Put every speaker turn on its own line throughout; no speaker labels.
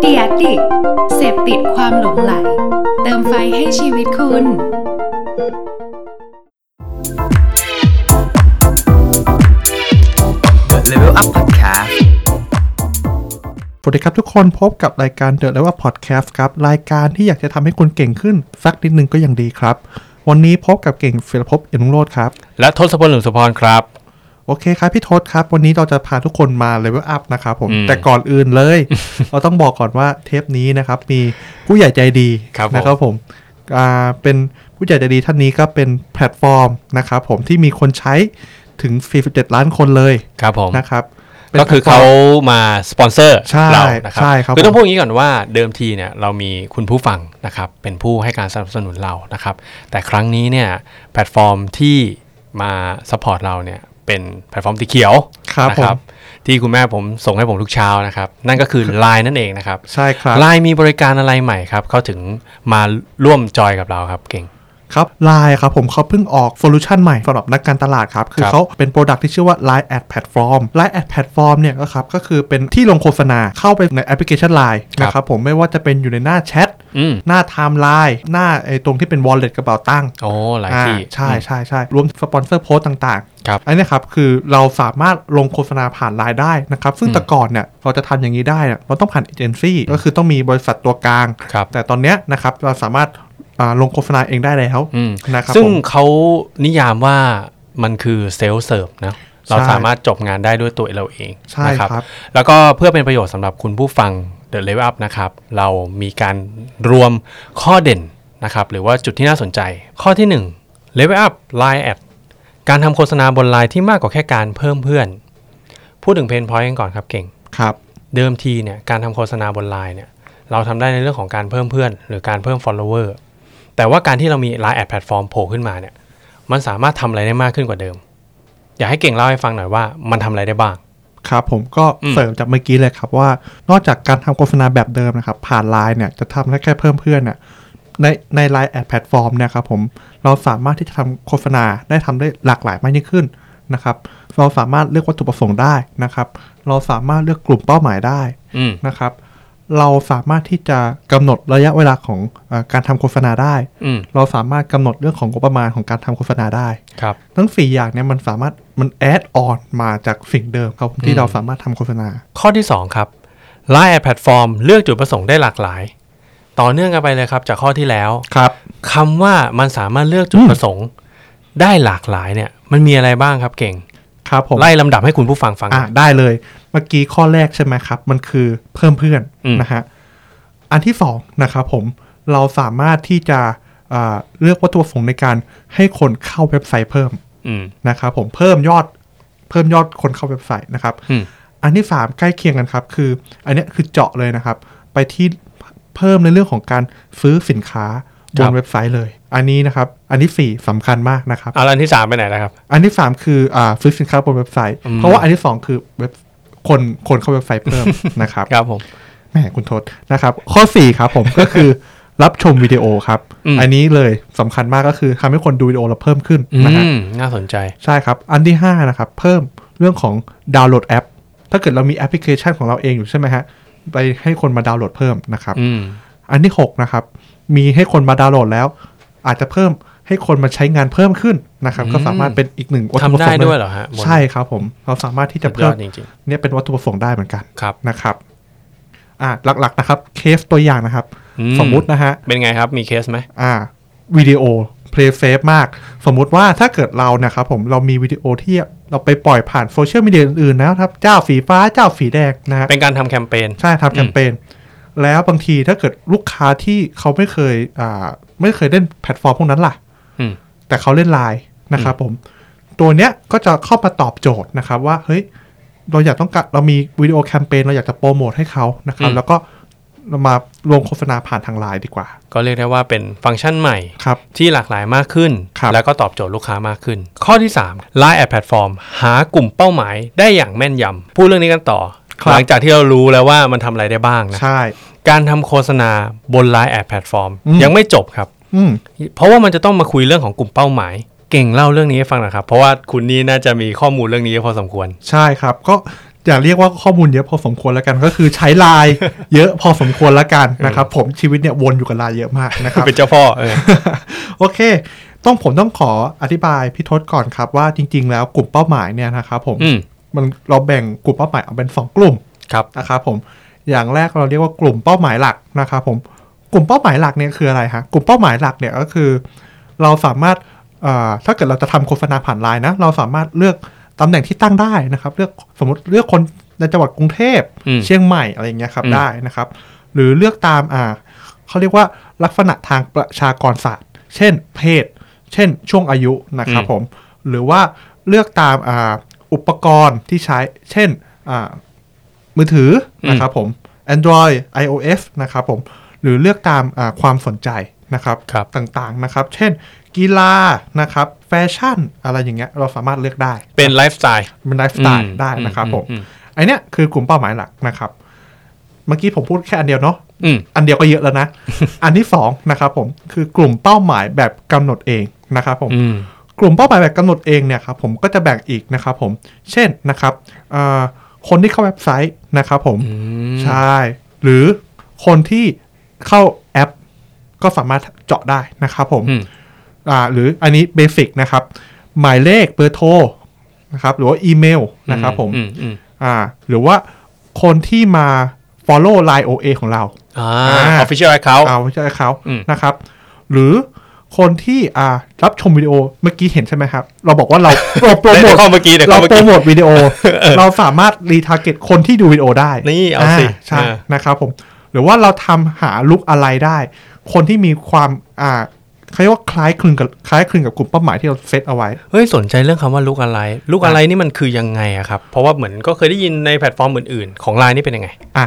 เดียดดิกเสพติดความหลงไหล เติมไฟให้ชีวิตคุณ
Level Up Podcast
สวัสดีครับทุกคนพบกับรายการเดอะแล้วว่าพอดแคสต์ครับ รายการที่อยากจะทำให้คุณเก่งขึ้น สักนิดนึงก็ยังดีครับ วันนี้พบกับเก่งศิลภพเอ็นรุ่งโรดครับ
และทศพลหลุมสุพรครับ
โอเคครับพี่ทศครับ วันนี้เราจะพาทุกคนมาเลเวลอัพนะครับผม
อืม
แต่ก่อนอื่นเลย เราต้องบอกก่อนว่าเทปนี้นะครับ มีผู้ใหญ่ใจดี
ครับผม
นะครับผมอ่าเป็นผู้ใหญ่ใจดีท่านนี้ก็เป็นแพลตฟอร์มนะครับผมที่มีคนใช้ถึง 47 ล้านคนเลย
ครับผม
นะครับ
ก็คือเขามาสปอนเซอร์
ใช่
เรานะครั
ใช่ครับ
คือต้องพูดอย่างนี้ก่อนว่าเดิมทีเนี่ยเรามีคุณผู้ฟังนะครับเป็นผู้ให้การสนับสนุนเรานะครับ แต่ครั้งนี้เนี่ยแพลตฟอร์มที่มาสปอร์ตเราเนี่ยเป็นแพลตฟอร์มสีเขียว
ครับ
นะ
ผม
ที่คุณแม่ผมส่งให้ผมทุกเช้านะครับ นั่นก็คือ Line นั่นเองนะครับ
ใช่ครับ
Line มีบริการอะไรใหม่ครับเขาถึงมาร่วมจอยกับเราครับเก่ง
ครับไลน์ครับผมเขาเพิ่งออกโซลูชันใหม่สำหรับนักการตลาดครับ คือ
ครับ
เขาเป็นโปรดักที่ชื่อว่า Line Ad Platform Line Ad Platform เนี่ยก็ครับก็คือเป็นที่ลงโฆษณาเข้าไปในแอปพลิเคชัน Line
ครับ
นะครับผมไม่ว่าจะเป็นอยู่ในหน้าแชท
อืม
หน้าไทม์ไลน์หน้าไอ้ตรงที่เป็น Wallet กระเป๋าตั้ง
โอ้หลาย
อ่า
ที่
ใช่ใช่ใช่รวมสปอนเซอร์โพสต่างๆ
ครับ
อันเนี้ยครับคือเราสามารถลงโฆษณาผ่านไลน์ได้นะครับ ซึ่ง
อืม
แต่ก่อนเนี่ยเราจะทำอย่างนี้ได้เนี่ยเราต้องผ่านเอเจนซี่ก็คือต้องมีบริษัทตัวกลาง
ครับ
แต่ตอนเนี้ยนะครับเราสามารถอ่าลงโฆษณาเองได้แล้ว
อืม
นะครับ
ซึ่ง
ผม
เขานิยามว่ามันคือเซลล์เสิร์ฟนะเราสามารถจบงานได้ด้วยตัวเราเอง
ใช่
นะครับ แล้วก็เพื่อเป็นประโยชน์สำหรับคุณผู้ฟัง The Level Up นะครับ เรามีการรวมข้อเด่นนะครับ หรือว่าจุดที่น่าสนใจ ข้อที่ 1 Level Up Line Ad การทำโฆษณาบนไลน์ที่มากกว่าแค่การเพิ่มเพื่อน พูดถึงเพนพอยต์กันก่อนครับเก่ง
ครับ
เดิมทีเนี่ยการทำโฆษณาบนไลน์เนี่ยเราทำได้ในเรื่องของการเพิ่มเพื่อน หรือการเพิ่ม follower แต่ว่าการที่เรามี Line แอดแพลตฟอร์มโผล่ขึ้นมาเนี่ยมันสามารถทำอะไรได้มากขึ้นกว่าเดิม อยากให้เก่งเล่าให้ฟังหน่อยว่ามันทำอะไรได้บ้าง
ครับผมก็
อืม
เสริมจากเมื่อกี้เลยครับว่า นอกจากการทำโฆษณาแบบเดิมนะครับผ่านไลน์เนี่ยจะทำได้แค่เพิ่มเพื่อนเนี่ยในในไลน์แอดแพลตฟอร์มเนี่ยครับผมเราสามารถที่จะทำโฆษณาได้ทำได้หลากหลายมากยิ่งขึ้นนะครับ เราสามารถเลือกวัตถุประสงค์ได้นะครับ เราสามารถเลือกกลุ่มเป้าหมายได้
อืม
นะครับ เราสามารถที่จะกำหนดระยะเวลาของเออการทำโฆษณาได้
อืม
เราสามารถกำหนดเรื่องของงบประมาณของการทำโฆษณาได้
ครับ
ทั้ง 4 อย่างเนี่ยมันสามารถมันแอดออนมาจากสิ่งเดิมครับผมที่
อืม
เราสามารถทำโฆษณา
ข้อที่ 2 ครับ Line แอดแพลตฟอร์มเลือกจุดประสงค์ได้หลากหลาย ต่อเนื่องกันไปเลยครับจากข้อที่แล้ว
ครับ
คำว่ามันสามารถเลือกจุดประสงค์ได้หลากหลายเนี่ยมันมีอะไรบ้างครับเก่ง
ครับผม
ไล่ลำดับให้คุณผู้ฟังฟังห
อ่ะ
น่อย
ได้เลย เมื่อกี้ข้อแรกใช่ไหมครับ มันคือเพิ่มเพื่อน
อืม
นะฮะ อันที่ 2 นะครับผม เราสามารถที่จะอ่าเลือกวัตถุประสงค์ในการให้คนเข้าเว็บไซต์เพิ่ม
อืม
นะครับผมเพิ่มยอดเพิ่มยอดคนเข้าเว็บไซต์นะครับ
อืม
อันที่ 3 ใกล้เคียงกันครับ คืออันเนี้ยคือเจาะเลยนะครับ ไปที่เพิ่มในเรื่องของการซื้อสินค้าบนเว็บไซต์เลย อันนี้นะครับ อันที่ 4สำคัญมากนะครับ
เอาแล้วอันที่สามไปไหนแล้วครับ
อันที่ 3 คืออ่าซื้อสินค้าบนเว็บไซต์
อืม
เพราะว่าอันที่ 2 คือเว็บคนคนเข้าเว็บไซต์เพิ่ม นะครับ
ครับผม
แหมคุณโทษนะครับ ข้อ 4 ครับผมก็คือรับชมวิดีโอครับ
อืม
นนี้เลยสำคัญมากก็คือทำให้คนดูวิดีโอเราเพิ่มขึ้นนะฮะ
อืมน่าสนใจ
ใช่ครับ อันที่ 5 นะครับ เพิ่มเรื่องของดาวน์โหลดแอป ถ้าเกิดเรามีแอปพลิเคชันของเราเองอยู่ใช่ไหมฮะ ไปให้คนมาดาวน์โหลดเพิ่มนะครับ
อืม
อันที่ 6 นะครับ มีให้คนมาดาวน์โหลดแล้ว อาจจะเพิ่มให้คนมาใช้งานเพิ่มขึ้นนะครับ
อืม
ก็สามารถเป็นอีกหนึ่งวัตถุ
ทำ
ประส
ได้
งค์
ด้วยเหรอฮะบน
ใช่ครับผม เราสามารถที่จะ
ย
เพิ่
อ
ม
ดจริง
เนี่ยเป็นวัตถุประสงค์ได้เหมือนกัน
ๆ ครับ
นะครับ อ่าหลักๆนะครับ เคสตัวอย่างนะครับ
อื
สมมุตินะฮะ
เป็นไงครับ มีเคสไหม
อ่าวิดีโอ play safe มาก สมมุติว่าถ้าเกิดเรานะครับผมเรามีวิดีโอที่เราไปปล่อยผ่านโซเชียลมีเดียอื่นๆนะครับ เจ้าสีฟ้าเจ้าสีแดงนะฮะ
เป็นการทำแคมเปญ
ใช่ทำแคมเปญแล้วบางทีถ้าเกิดลูกค้าที่เขาไม่เคยอ่าไม่เคยเล่นแพลตฟอร์มพวกนั้นล่ะ
อืม
แต่เขาเล่นไลน์นะครับผม ตัวเนี้ยก็จะเข้ามาตอบโจทย์นะครับว่าเฮ้ยเราอยากต้องการเรามีวิดีโอแคมเปญเราอยากจะโปรโมทให้เขานะครับ
อืม
แล้วก็เรามาลงโฆษณาผ่านทางไลน์ดีกว่า
ก็เรียกได้ว่าเป็นฟังก์ชันใหม่
ครับ
ที่หลากหลายมากขึ้น
ครับ
แล้วก็ตอบโจทย์ลูกค้ามากขึ้น ข้อที่ 3 Line แอดแพลตฟอร์มหากลุ่มเป้าหมายได้อย่างแม่นยำพูดเรื่องนี้กันต่อ หลังจากที่เรารู้แล้วว่ามันทำอะไรได้บ้างนะ
ใช่
การทำโฆษณาบน Line แอดแพลตฟอร์ม
อืม
ยังไม่จบครับ
อืม
เพราะว่ามันจะต้องมาคุยเรื่องของกลุ่มเป้าหมาย เก่งเล่าเรื่องนี้ให้ฟังหนะครับ เพราะว่าคุณนี่น่าจะมีข้อมูลเรื่องนี้พอสมควร
ใช่ครับ ก็ อย่าเรียกว่าข้อมูลเยอะพอสมควรแล้วกัน ก็คือใช้ไลน์ เยอะพอสมควรแล้วกันนะครับ ผมชีวิตเนี่ยวนอยู่กับไลน์เยอะมากนะครับ
เป็นเจ้าพ่อเออ
โอเค ต้องผมต้องขออธิบายพี่ทศก่อนครับว่าจริง ๆ แล้วกลุ่มเป้าหมายเนี่ยนะครับผม
อืม
มันเราแบ่งกลุ่มเป้าหมายออกเป็น 2 กลุ่ม
ครับ
นะครับผมอย่างแรกเราเรียกว่ากลุ่มเป้าหมายหลักนะครับผมกลุ่มเป้าหมายหลักเนี่ยคืออะไรฮะกลุ่มเป้าหมายหลักเนี่ยก็คือ เราสามารถเอ่อถ้าเกิดเราจะทำโฆษณาผ่านไลน์นะเราสามารถเลือกตำแหน่งที่ตั้งได้นะครับเลือกสมมติเลือกคนในจังหวัดกรุงเทพ
อืม
เชียงใหม่อะไรอย่างเงี้ยครับ
อืม
ได้นะครับ หรือเลือกตามอ่าเขาเรียกว่าลักษณะทางประชากรศาสตร์ เช่น เพศ เช่น ช่วงอายุนะครับผม หรือว่าเลือกตามอ่าอุปกรณ์ที่ใช้ เช่นอ่ามือถือนะครับผม Android iOS นะครับผม หรือเลือกตามอ่าความสนใจนะครับ
ครับ
ต่างๆนะครับ เช่น กีฬานะครับแฟชั่น อะไรอย่างเงี้ยเราสามารถเลือกได้
เป็นไลฟ์สไตล์
เป็นไลฟ์สไตล์
อืม
ได้นะครับผม
อืม
ไอเนี้ยคือกลุ่มเป้าหมายหลักนะครับ เมื่อกี้ผมพูดแค่อันเดียวเนาะ
อืม
อันเดียวก็เยอะแล้ว นะ อันที่สองนะครับผมคือกลุ่มเป้าหมายแบบกำหนดเองนะครับผม
อืม
กลุ่มเป้าหมายแบบกำหนดเองเนี่ยครับผมก็จะแบ่งอีกนะครับผม เช่นนะครับเอ่อคนที่เข้าเว็บไซต์นะครับผม
อืม
ใช่หรือคนที่เข้าแอป ก็สามารถเจาะได้นะครับผม
อืม
อ่าหรืออันนี้เบสิกนะครับ หมายเลขเบอร์โทรนะครับหรือว่าอีเมลนะครับผม
อืมอืม
อ่าหรือว่าคนที่มา follow line OA ของเรา
อ่า
อ่า
official account
เอาใช่เขา
อืม
นะครับ หรือคนที่อ่ารับชมวิดีโอเมื่อกี้เห็นใช่ไหมครับ เราบอกว่าเราเราโปรโม
เดี๋ยว
ท
เข้าเมื่อกี้เดี๋ยว
เรา
เข้าเมื่อ
โปรโมท
กี้
วิดีโอ เราสามารถรีทาร์เก็ตคนที่ดูวิดีโอได้
นี่เอาสิ
ใช่
อ่า
นะครับผมหรือว่าเราทำหาลุกอะไรได้ คนที่มีความอ่าเขาเรียกว่าคล้ายคลึงกับคล้ายคลึงกับกลุ่มเป้าหมายที่เราเซตเอาไว้
เฮ้ยสนใจเรื่องคำว่าลูกอะไร ลูกอะไรนี่มันคือยังไงอะครับ เพราะว่าเหมือนก็เคยได้ยินในแพลตฟอร์มอื่นๆ ของไลน์นี่เป็นยังไง
อ่ะ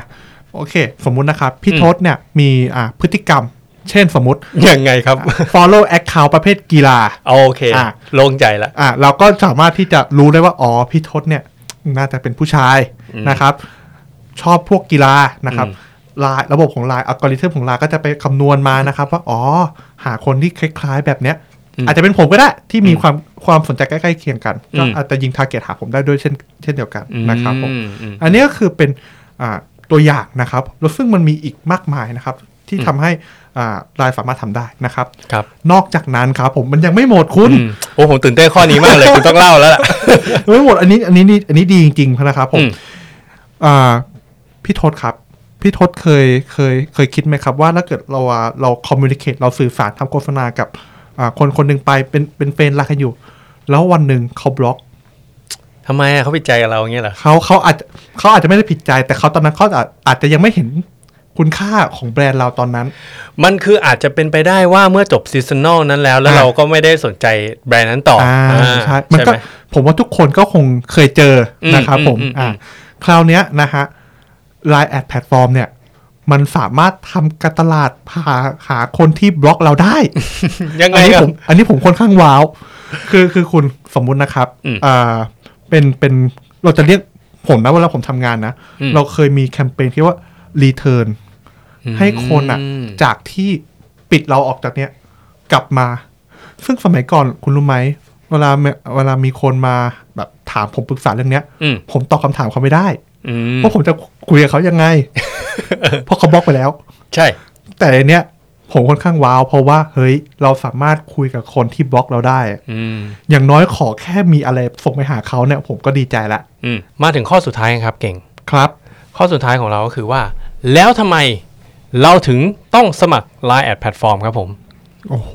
โอเค สมมุตินะครับ พี่
อืม
ทศเนี่ยมีอ่าพฤติกรรม เช่นสมมติ
ยังไงครับ
follow account ประเภทกีฬา
โอ เค
อ่ะ
โล่งใจละ
อ่ะเราก็สามารถที่จะรู้ได้ว่า อ๋อ พี่ทศเนี่ย น่าจะเป็นผู้ชาย
อืม
นะครับ ชอบพวกกีฬานะครับ
อืม
ลายระบบของลายอัลกอริทึมของลายก็จะไปคำนวณมานะครับ ว่า อ๋อ หาคนที่คล้ายๆ แบบเนี้ย อาจจะเป็นผมก็ได้ที่มีความความสนใจใกล้ๆเคียงกันก็อาจจะยิงทาร์เก็ตหาผมได้ด้วยเช่นเช่นเดียวกันนะครับผม
อือืม
อันนี้ก็คือเป็นอ่าตัวอย่างนะครับแล้วซึ่งมันมีอีกมากมายนะครับ ที่
อืม
ทำให้อ่ารายสามารถทำได้นะครับ
ครับ
นอกจากนั้นครับผมมันยังไม่หมดคุณ
อืมโอ้ผมตื่นเต้นข้อนี้มากเลย คุณต้องเล่าแล้วล่ะ
ไม่หมดอันนี้อันนี้นี่อันนี้ดีจริงๆนะครับผ
อื
ม
ม
อ่าพี่ทศครับ พี่ทศเคยเคยเคยคิดไหมครับว่าถ้าเกิดเราอ่ะเราคอมมูนิเคตเราสื่อสารทำโฆษณากับอ่าคนคนหนึ่งไปเป็นเป็นเฟรนด์รักกันอยู่ แล้ววันหนึ่งเขาบล็อก
ทำไมอะเขาผิดใจกับเราอย่างเงี้ยเหรอ
เขาเขาอาจเขาอาจจะไม่ได้ผิดใจ แต่เขาตอนนั้นเขาอาจอาจจะยังไม่เห็นคุณค่าของแบรนด์เราตอนนั้น
มันคืออาจจะเป็นไปได้ว่าเมื่อจบซีซันนอลนั้นแล้ว แล้ว
อ่ะ
เราก็ไม่ได้สนใจแบรนด์นั้นต่อ
อ่า
อ่า
ใช่มัน
ใช่
ก็
ไหม
ผมว่าทุกคนก็คงเคยเจออ
ม
นะครับผม
อืมอืม
อ่าคราวเนี้ยนะฮะ Line แอดแพลตฟอร์มเนี่ย มันสามารถทำการตลาดหาหาคนที่บล็อกเราได้
ยังไง
อันนี้
ครั
ผ
บ
มอันนี้ผมค่อนข้างว้าว คือคือคุณสมมุตินะครับ
อืม
อ่าเป็นเป็นเราจะเรียกผมนะเวลาผมทำงานนะ
อืม
เราเคยมีแคมเปญที่ว่า return ให้คนอ่ะ
ม
จากที่ปิดเราออกจากเนี้ยกลับมา ซึ่งสมัยก่อนคุณรู้ไหม เวลาเวลามีคนมาแบบถามผมปรึกษาเรื่องเนี้ย
อืม
ผมตอบคำถามเขาไม่ได้
อืม
ว่าผมจะคุยกับเขายังไง เพราะเขาบล็อกไปแล้ว
ใช่
แต่อันเนี้ยผมค่อนข้างว้าว เพราะว่าเฮ้ยเราสามารถคุยกับคนที่บล็อกเราได้
อืม
อย่างน้อยขอแค่มีอะไรส่งไปหาเขาเนี่ยผมก็ดีใจละ
อืมมาถึงข้อสุดท้ายครับเก่ง
ครับ
ข้อสุดท้ายของเราก็คือว่า แล้วทำไมเราถึงต้องสมัคร Line แอดแพลตฟอร์มครับผม
โอ้โห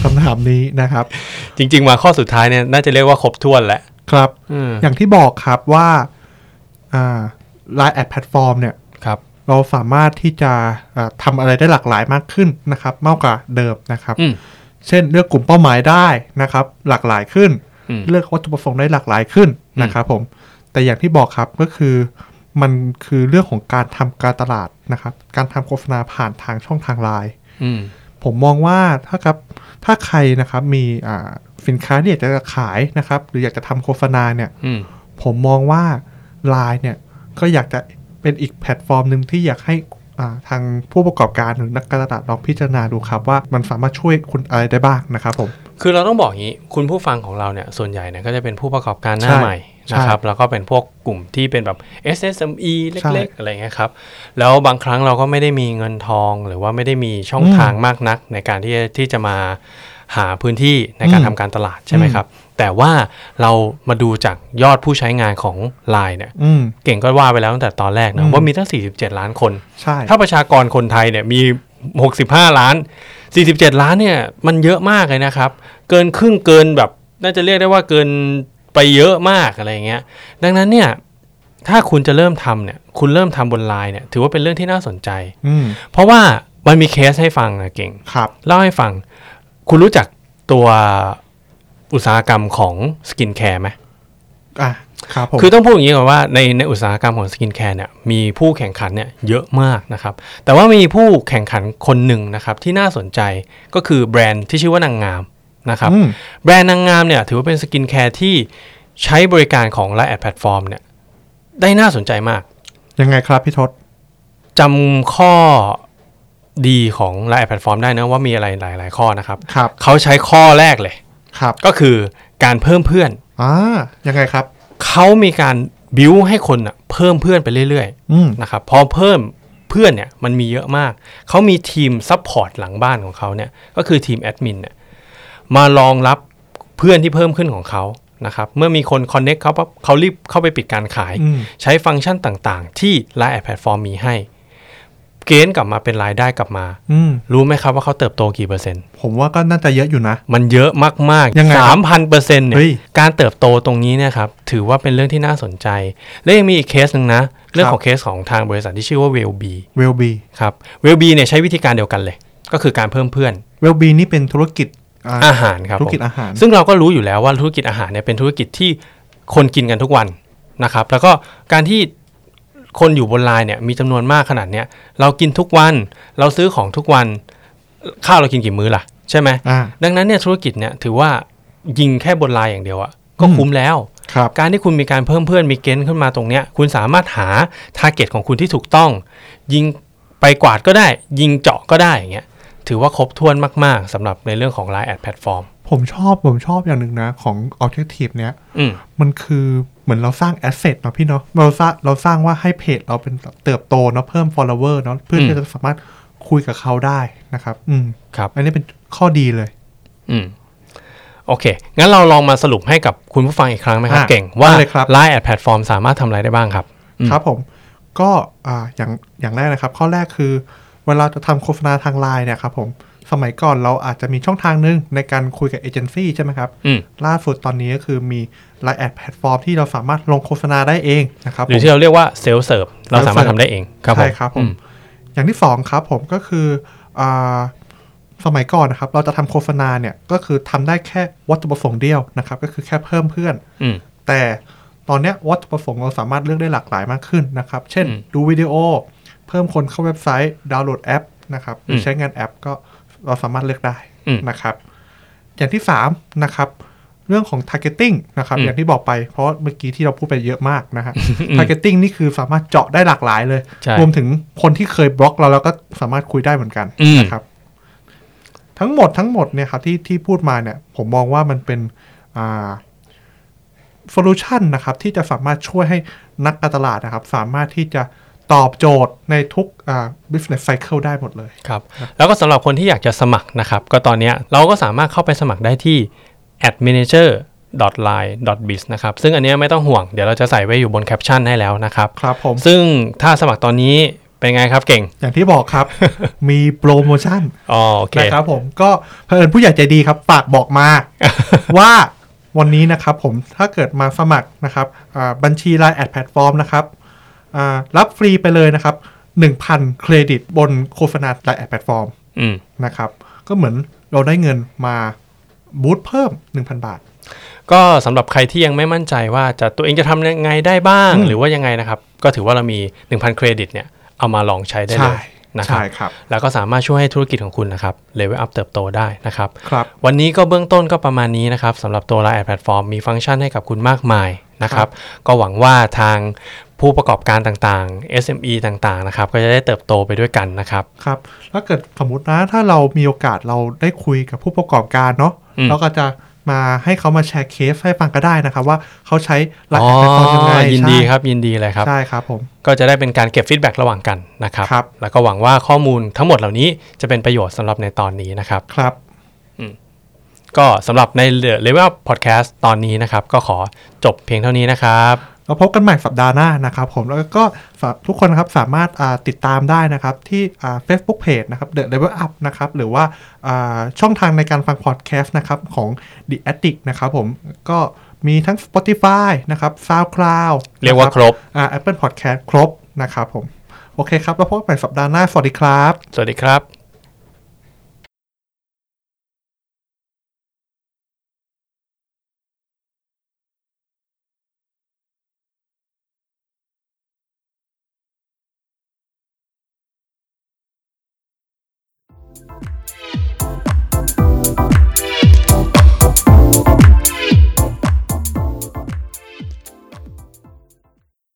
คำถามนี้นะครับ
จริง ๆ มาข้อสุดท้ายเนี่ยน่าจะเรียกว่าครบถ้วนแล้ว
ครับ
อืม
อย่างที่บอกครับว่าอ่าไลน์แอดแพลตฟอร์มเนี่ย
ครับ
เราสามารถที่จะอ่าทำาอะไรได้หลากหลายมากขึ้นนะครับมากกว่าเดิมนะครับ
อืม
เช่นเลือกกลุ่มเป้าหมายได้นะครับ หลากหลายขึ้น
อืม
เลือกวัตถุประสงค์ได้หลากหลายขึ้นนะครับผมแต่อย่างที่บอกครับก็คือ มันคือเรื่องของการทำการตลาดนะครับ การทำโฆษณาผ่านทางช่องทางไลน์
อืม
ผมมองว่าถ้าครับถ้าใครนะครับมีอ่าสินค้าที่อยากจะขายนะครับ หรืออยากจะทำโฆษณาเนี่ย
อืม
ผมมองว่า Line เนี่ย ก็อยากจะเป็นอีกแพลตฟอร์มหนึ่งที่อยากให้ อ่าทางผู้ประกอบการหรือนักการตลาดลองพิจารณาดูครับว่ามันสามารถช่วยคุณอะไรได้บ้างนะครับผม
คือเราต้องบอกอย่างนี้ คุณผู้ฟังของเราเนี่ยส่วนใหญ่เนี่ยก็จะเป็นผู้ประกอบการหน้า
ใช่
ใหม่นะครับแล้วก็เป็นพวกกลุ่มที่เป็นแบบ SSME เ
ใช่
ล็กๆ อะไรเงี้ยครับ แล้วบางครั้งเราก็ไม่ได้มีเงินทอง หรือว่าไม่ได้มีช่อง
อืม
ทางมากนักในการที่จะที่จะมาหาพื้นที่ในการ
อืม
ทำการตลาดใช่ไหม
อืม
ครับ แต่ว่าเรามาดูจากยอดผู้ใช้งานของ Line เนี่ย
อืม
เก่งก็ว่าไปแล้วตั้งแต่ตอนแรกนะ
อืม
ว่ามีตั้ง 47 ล้านคน
ใช่
ถ้าประชากรคนไทยเนี่ยมี 65 ล้าน 47 ล้านเนี่ยมันเยอะมากเลยนะครับ เกินครึ่งเกินแบบ น่าจะเรียกได้ว่าเกินไปเยอะมากอะไรอย่างเงี้ย ดังนั้นเนี่ยถ้าคุณจะเริ่มทำเนี่ยคุณเริ่มทำบนไลน์เนี่ยถือว่าเป็นเรื่องที่น่าสนใจ
อืม
เพราะว่ามันมีเคสให้ฟังนะเก่ง
ครับ
เล่าให้ฟัง คุณรู้จักตัวอุตสาหกรรมของสกินแคร์ไหม
อ่ะครับผม
คือต้องพูดอย่างนี้ก่อนว่าในในอุตสาหกรรมของสกินแคร์เนี่ยมีผู้แข่งขันเนี่ยเยอะมากนะครับ แต่ว่ามีผู้แข่งขันคนหนึ่งนะครับที่น่าสนใจก็คือแบรนด์ที่ชื่อว่านางงามนะครับ
อืม
แบรนด์นางงามเนี่ยถือว่าเป็นสกินแคร์ที่ใช้บริการของไลน์แอดแพลตฟอร์มเนี่ยได้น่าสนใจมาก
ยังไงครับพี่ทศ
จำข้อดีของไลน์แอดแพลตฟอร์มได้นะว่ามีอะไรหลาย ๆ ข้อนะครับ
ครับ
เขาใช้ข้อแรกเลย
ครับ
ก็คือการเพิ่มเพื่อน
อ่ายังไงครับ
เขามีการบิวให้คนอะเพิ่มเพื่อนไปเรื่อย ๆ
อืม
นะครับพอเพิ่มเพื่อนเนี่ยมันมีเยอะมาก เขามีทีมซัพพอร์ตหลังบ้านของเขาเนี่ยก็คือทีมแอดมินเนี่ยมารองรับเพื่อนที่เพิ่มขึ้นของเขานะครับเมื่อมีคนคอนเน็กเขาปั๊บเขารีบเข้าไปปิดการขาย
อืม
ใช้ฟังก์ชันต่างๆ ที่ Line แอดแพลตฟอร์มมีให้ เกณฑ์กลับมาเป็นรายได้กลับมา
อืม
รู้ไหมครับว่าเขาเติบโตกี่เปอร์เซ็นต์
ผมว่าก็น่าจะเยอะอยู่นะ
มันเยอะมาก
ยังไงค
ๆ
รับ
สามพันเปอร์เซ็นต์เนี่
เฮ้ย
ยการเติบโตตรงนี้เนี่ยครับ ถือว่าเป็นเรื่องที่น่าสนใจ และยังมีอีกเคสหนึ่งนะ เรื่อง
ครับ
ของเคสของทางบริษัทที่ชื่อว่า Wellbe
Well be
ครับ Wellbe เนี่ยใช้วิธีการเดียวกันเลย ก็คือการเพิ่มเพื่อน
Well be นี่เป็นธุรกิจอ่า
อาหารครับ
ธุรกิจ
ผม
อาหาร
ซึ่งเราก็รู้อยู่แล้วว่าธุรกิจอาหารเนี่ยเป็นธุรกิจที่คนกินกันทุกวันนะครับ แล้วก็การที่คนอยู่บนไลน์เนี่ยมีจำนวนมากขนาดเนี้ยเรากินทุกวันเราซื้อของทุกวันข้าวเรากินกี่มื้อล่ะใช่ไหม
อ่า
ดังนั้นเนี่ยธุรกิจเนี่ยถือว่ายิงแค่บนไลน์อย่างเดียวอะก็
อืม
คุ้มแล้ว
ครับ
การที่คุณมีการเพิ่มเพื่อนมีเกณฑ์ขึ้นมาตรงเนี้ยคุณสามารถหาทาร์เก็ตของคุณที่ถูกต้อง ยิงไปกวาดก็ได้ ยิงเจาะก็ได้อย่างเงี้ยถือว่าครบถ้วนมาก ๆสำหรับในเรื่องของ Line แอดแพลตฟอร์ม
ผมชอบผมชอบอย่างหนึ่งนะของ Objective เนี้ย
อืม
มันคือเหมือนเราสร้างแอสเซทเนาะพี่เนาะเราสร้างเราสร้างว่าให้เพจเราเป็นเติบโตเนาะเพิ่ม follower เนาะเพื่อที่จะสามารถคุยกับเขาได้นะครับ อืม
ครับ
อันนี้เป็นข้อดีเลย
อืมโอเค งั้นเราลองมาสรุปให้กับคุณผู้ฟังอีกครั้งไหมครับ
อ่ะ
เก่งว่า
ได้เลยครับ
Line แอดแพลตฟอร์มสามารถทำอะไรได้บ้างครับ อืม
ครับผมก็อ่าอย่างอย่างแรกนะครับ ข้อแรกคือ เวลาจะทำโฆษณาทางไลน์เนี่ยครับผมสมัยก่อนเราอาจจะมีช่องทางหนึงในการคุยกับเอเจนซี่ใช่ไหมครับ
อืม
ล่าสุดตอนนี้ก็คือมี Line แอดแพลตฟอร์มที่เราสามารถลงโฆษณาได้เองนะครับ
หรือ
ผม
ที่เราเรียกว่าเซลล์เซิร์ฟเราสามารถทำได้เองครับผม
ใช่ครับผม อย่างที่สองครับผมก็คืออาสมัยก่อนนะครับ เราจะทำโฆษณาเนี่ยก็คือทำได้แค่วัตถุประสงค์เดียวนะครับ ก็คือแค่เพิ่มเพื่อน
อืม
แต่ตอนเนี้ยวัตถุประสงค์เราสามารถเลือกได้หลากหลายมากขึ้นนะครับ เช่น
อืม
ดูวิดีโอ เพิ่มคนเข้าเว็บไซต์ ดาวน์โหลดแอปนะครับหรืออ
ม
ใช้งานแอปก็เราสามารถเลือกได้
อืม
นะครับ อย่างที่3นะครับ เรื่องของ targeting นะครับ
อืม
อย่างที่บอกไปเพราะเมื่อกี้ที่เราพูดไปเยอะมากนะฮะ
อืม
targeting นี่คือสามารถเจาะได้หลากหลายเลย
ใช่
รวมถึงคนที่เคยบล็อกเราแล้วก็สามารถคุยได้เหมือนกัน
อืม
นะครับทั้งหมดทั้งหมดเนี่ยครับที่ที่พูดมาเนี่ยผมมองว่ามันเป็นอ่าโซลูชันนะครับที่จะสามารถช่วยให้นักการตลาดนะครับ สามารถที่จะตอบโจทย์ในทุกอ่า business cycle ได้หมดเลย
ครับแล้วก็สำหรับคนที่อยากจะสมัครนะครับ ก็ตอนเนี้ยเราก็สามารถเข้าไปสมัครได้ที่ administrator line biz นะครับ ซึ่งอันเนี้ยไม่ต้องห่วงเดี๋ยวเราจะใส่ไว้อยู่บนแคปชั่นให้แล้วนะครับ
ครับผม
ซึ่งถ้าสมัครตอนนี้เป็นไงครับเก่ง
อย่างที่บอกครับ มีโปรโมชั่น
อ๋อโอเค
นะครับผมก็เพิ่นผู้ใหญ่ใจดีครับฝากบอก มา ว่าวันนี้นะครับผมถ้าเกิดมาสมัครนะครับอ่าบัญชี Line แอดแพลตฟอร์มนะครับอ่ารับฟรีไปเลยนะครับ 1,000 เครดิตบนโฆษณา Line แอดแพลตฟอร์ม
อืม
นะครับ ก็เหมือนเราได้เงินมาบูตเพิ่ม 1,000 บาท
ก็สำหรับใครที่ยังไม่มั่นใจว่าจะตัวเองจะทำยังไงได้บ้าง
อืม
หรือว่ายังไงนะครับ ก็ถือว่าเรามี 1,000 เครดิตเนี่ยเอามาลองใช้ได้เล
ใช่
ยนะครับ
ใช่ครับ
แล้วก็สามารถช่วยให้ธุรกิจของคุณนะครับเลเวลอัพเติบโตได้นะครับ
ครับ
วันนี้ก็เบื้องต้นก็ประมาณนี้นะครับสำหรับตัว Line แอดแพลตฟอร์มมีฟังก์ชันให้กับคุณมากมายนะครับ ก็หวังว่าทาง ผู้ประกอบการต่างๆ SME ต่างๆนะครับก็จะได้เติบโตไปด้วยกันนะครับ
ครับแล้วเกิดสมมตินะถ้าเรามีโอกาสเราได้คุยกับผู้ประกอบการเนาะ
อืม
เราก็จะมาให้เขามาแชร์เคสให้ฟังก็ได้นะครับ ว่าเขาใช้หลักการแพลตฟอร์มยังไง
อ๋อยินดี
ใช่
ครับยินดีเลยครับ
ใช่ครับผม
ก็จะได้เป็นการเก็บฟีดแบ็กระหว่างกันนะครับ
ครับ
แล้วก็หวังว่าข้อมูลทั้งหมดเหล่านี้จะเป็นประโยชน์สำหรับในตอนนี้นะครับ
ครับ
ก็สำหรับใน The Level Up Podcast ตอนนี้นะครับ ก็ขอจบเพียงเท่านี้นะครับ
เราพบกันใหม่สัปดาห์หน้านะครับผมแล้วก็ฝากทุกคนนะครับสามารถอ่าติดตามได้นะครับที่อ่า Facebook Page นะครับ The Level Up นะครับหรือว่าอ่าช่องทางในการฟังพอดแคสต์นะครับของ The Attic นะครับผมก็มีทั้ง Spotify นะครับ SoundCloud
เรียกว่าครบ
อ่า Apple Podcast ครบนะครับผม โอเคครับ แล้วพบกันใหม่สัปดาห์หน้า สวัสดีครับ
สวัสดีครับ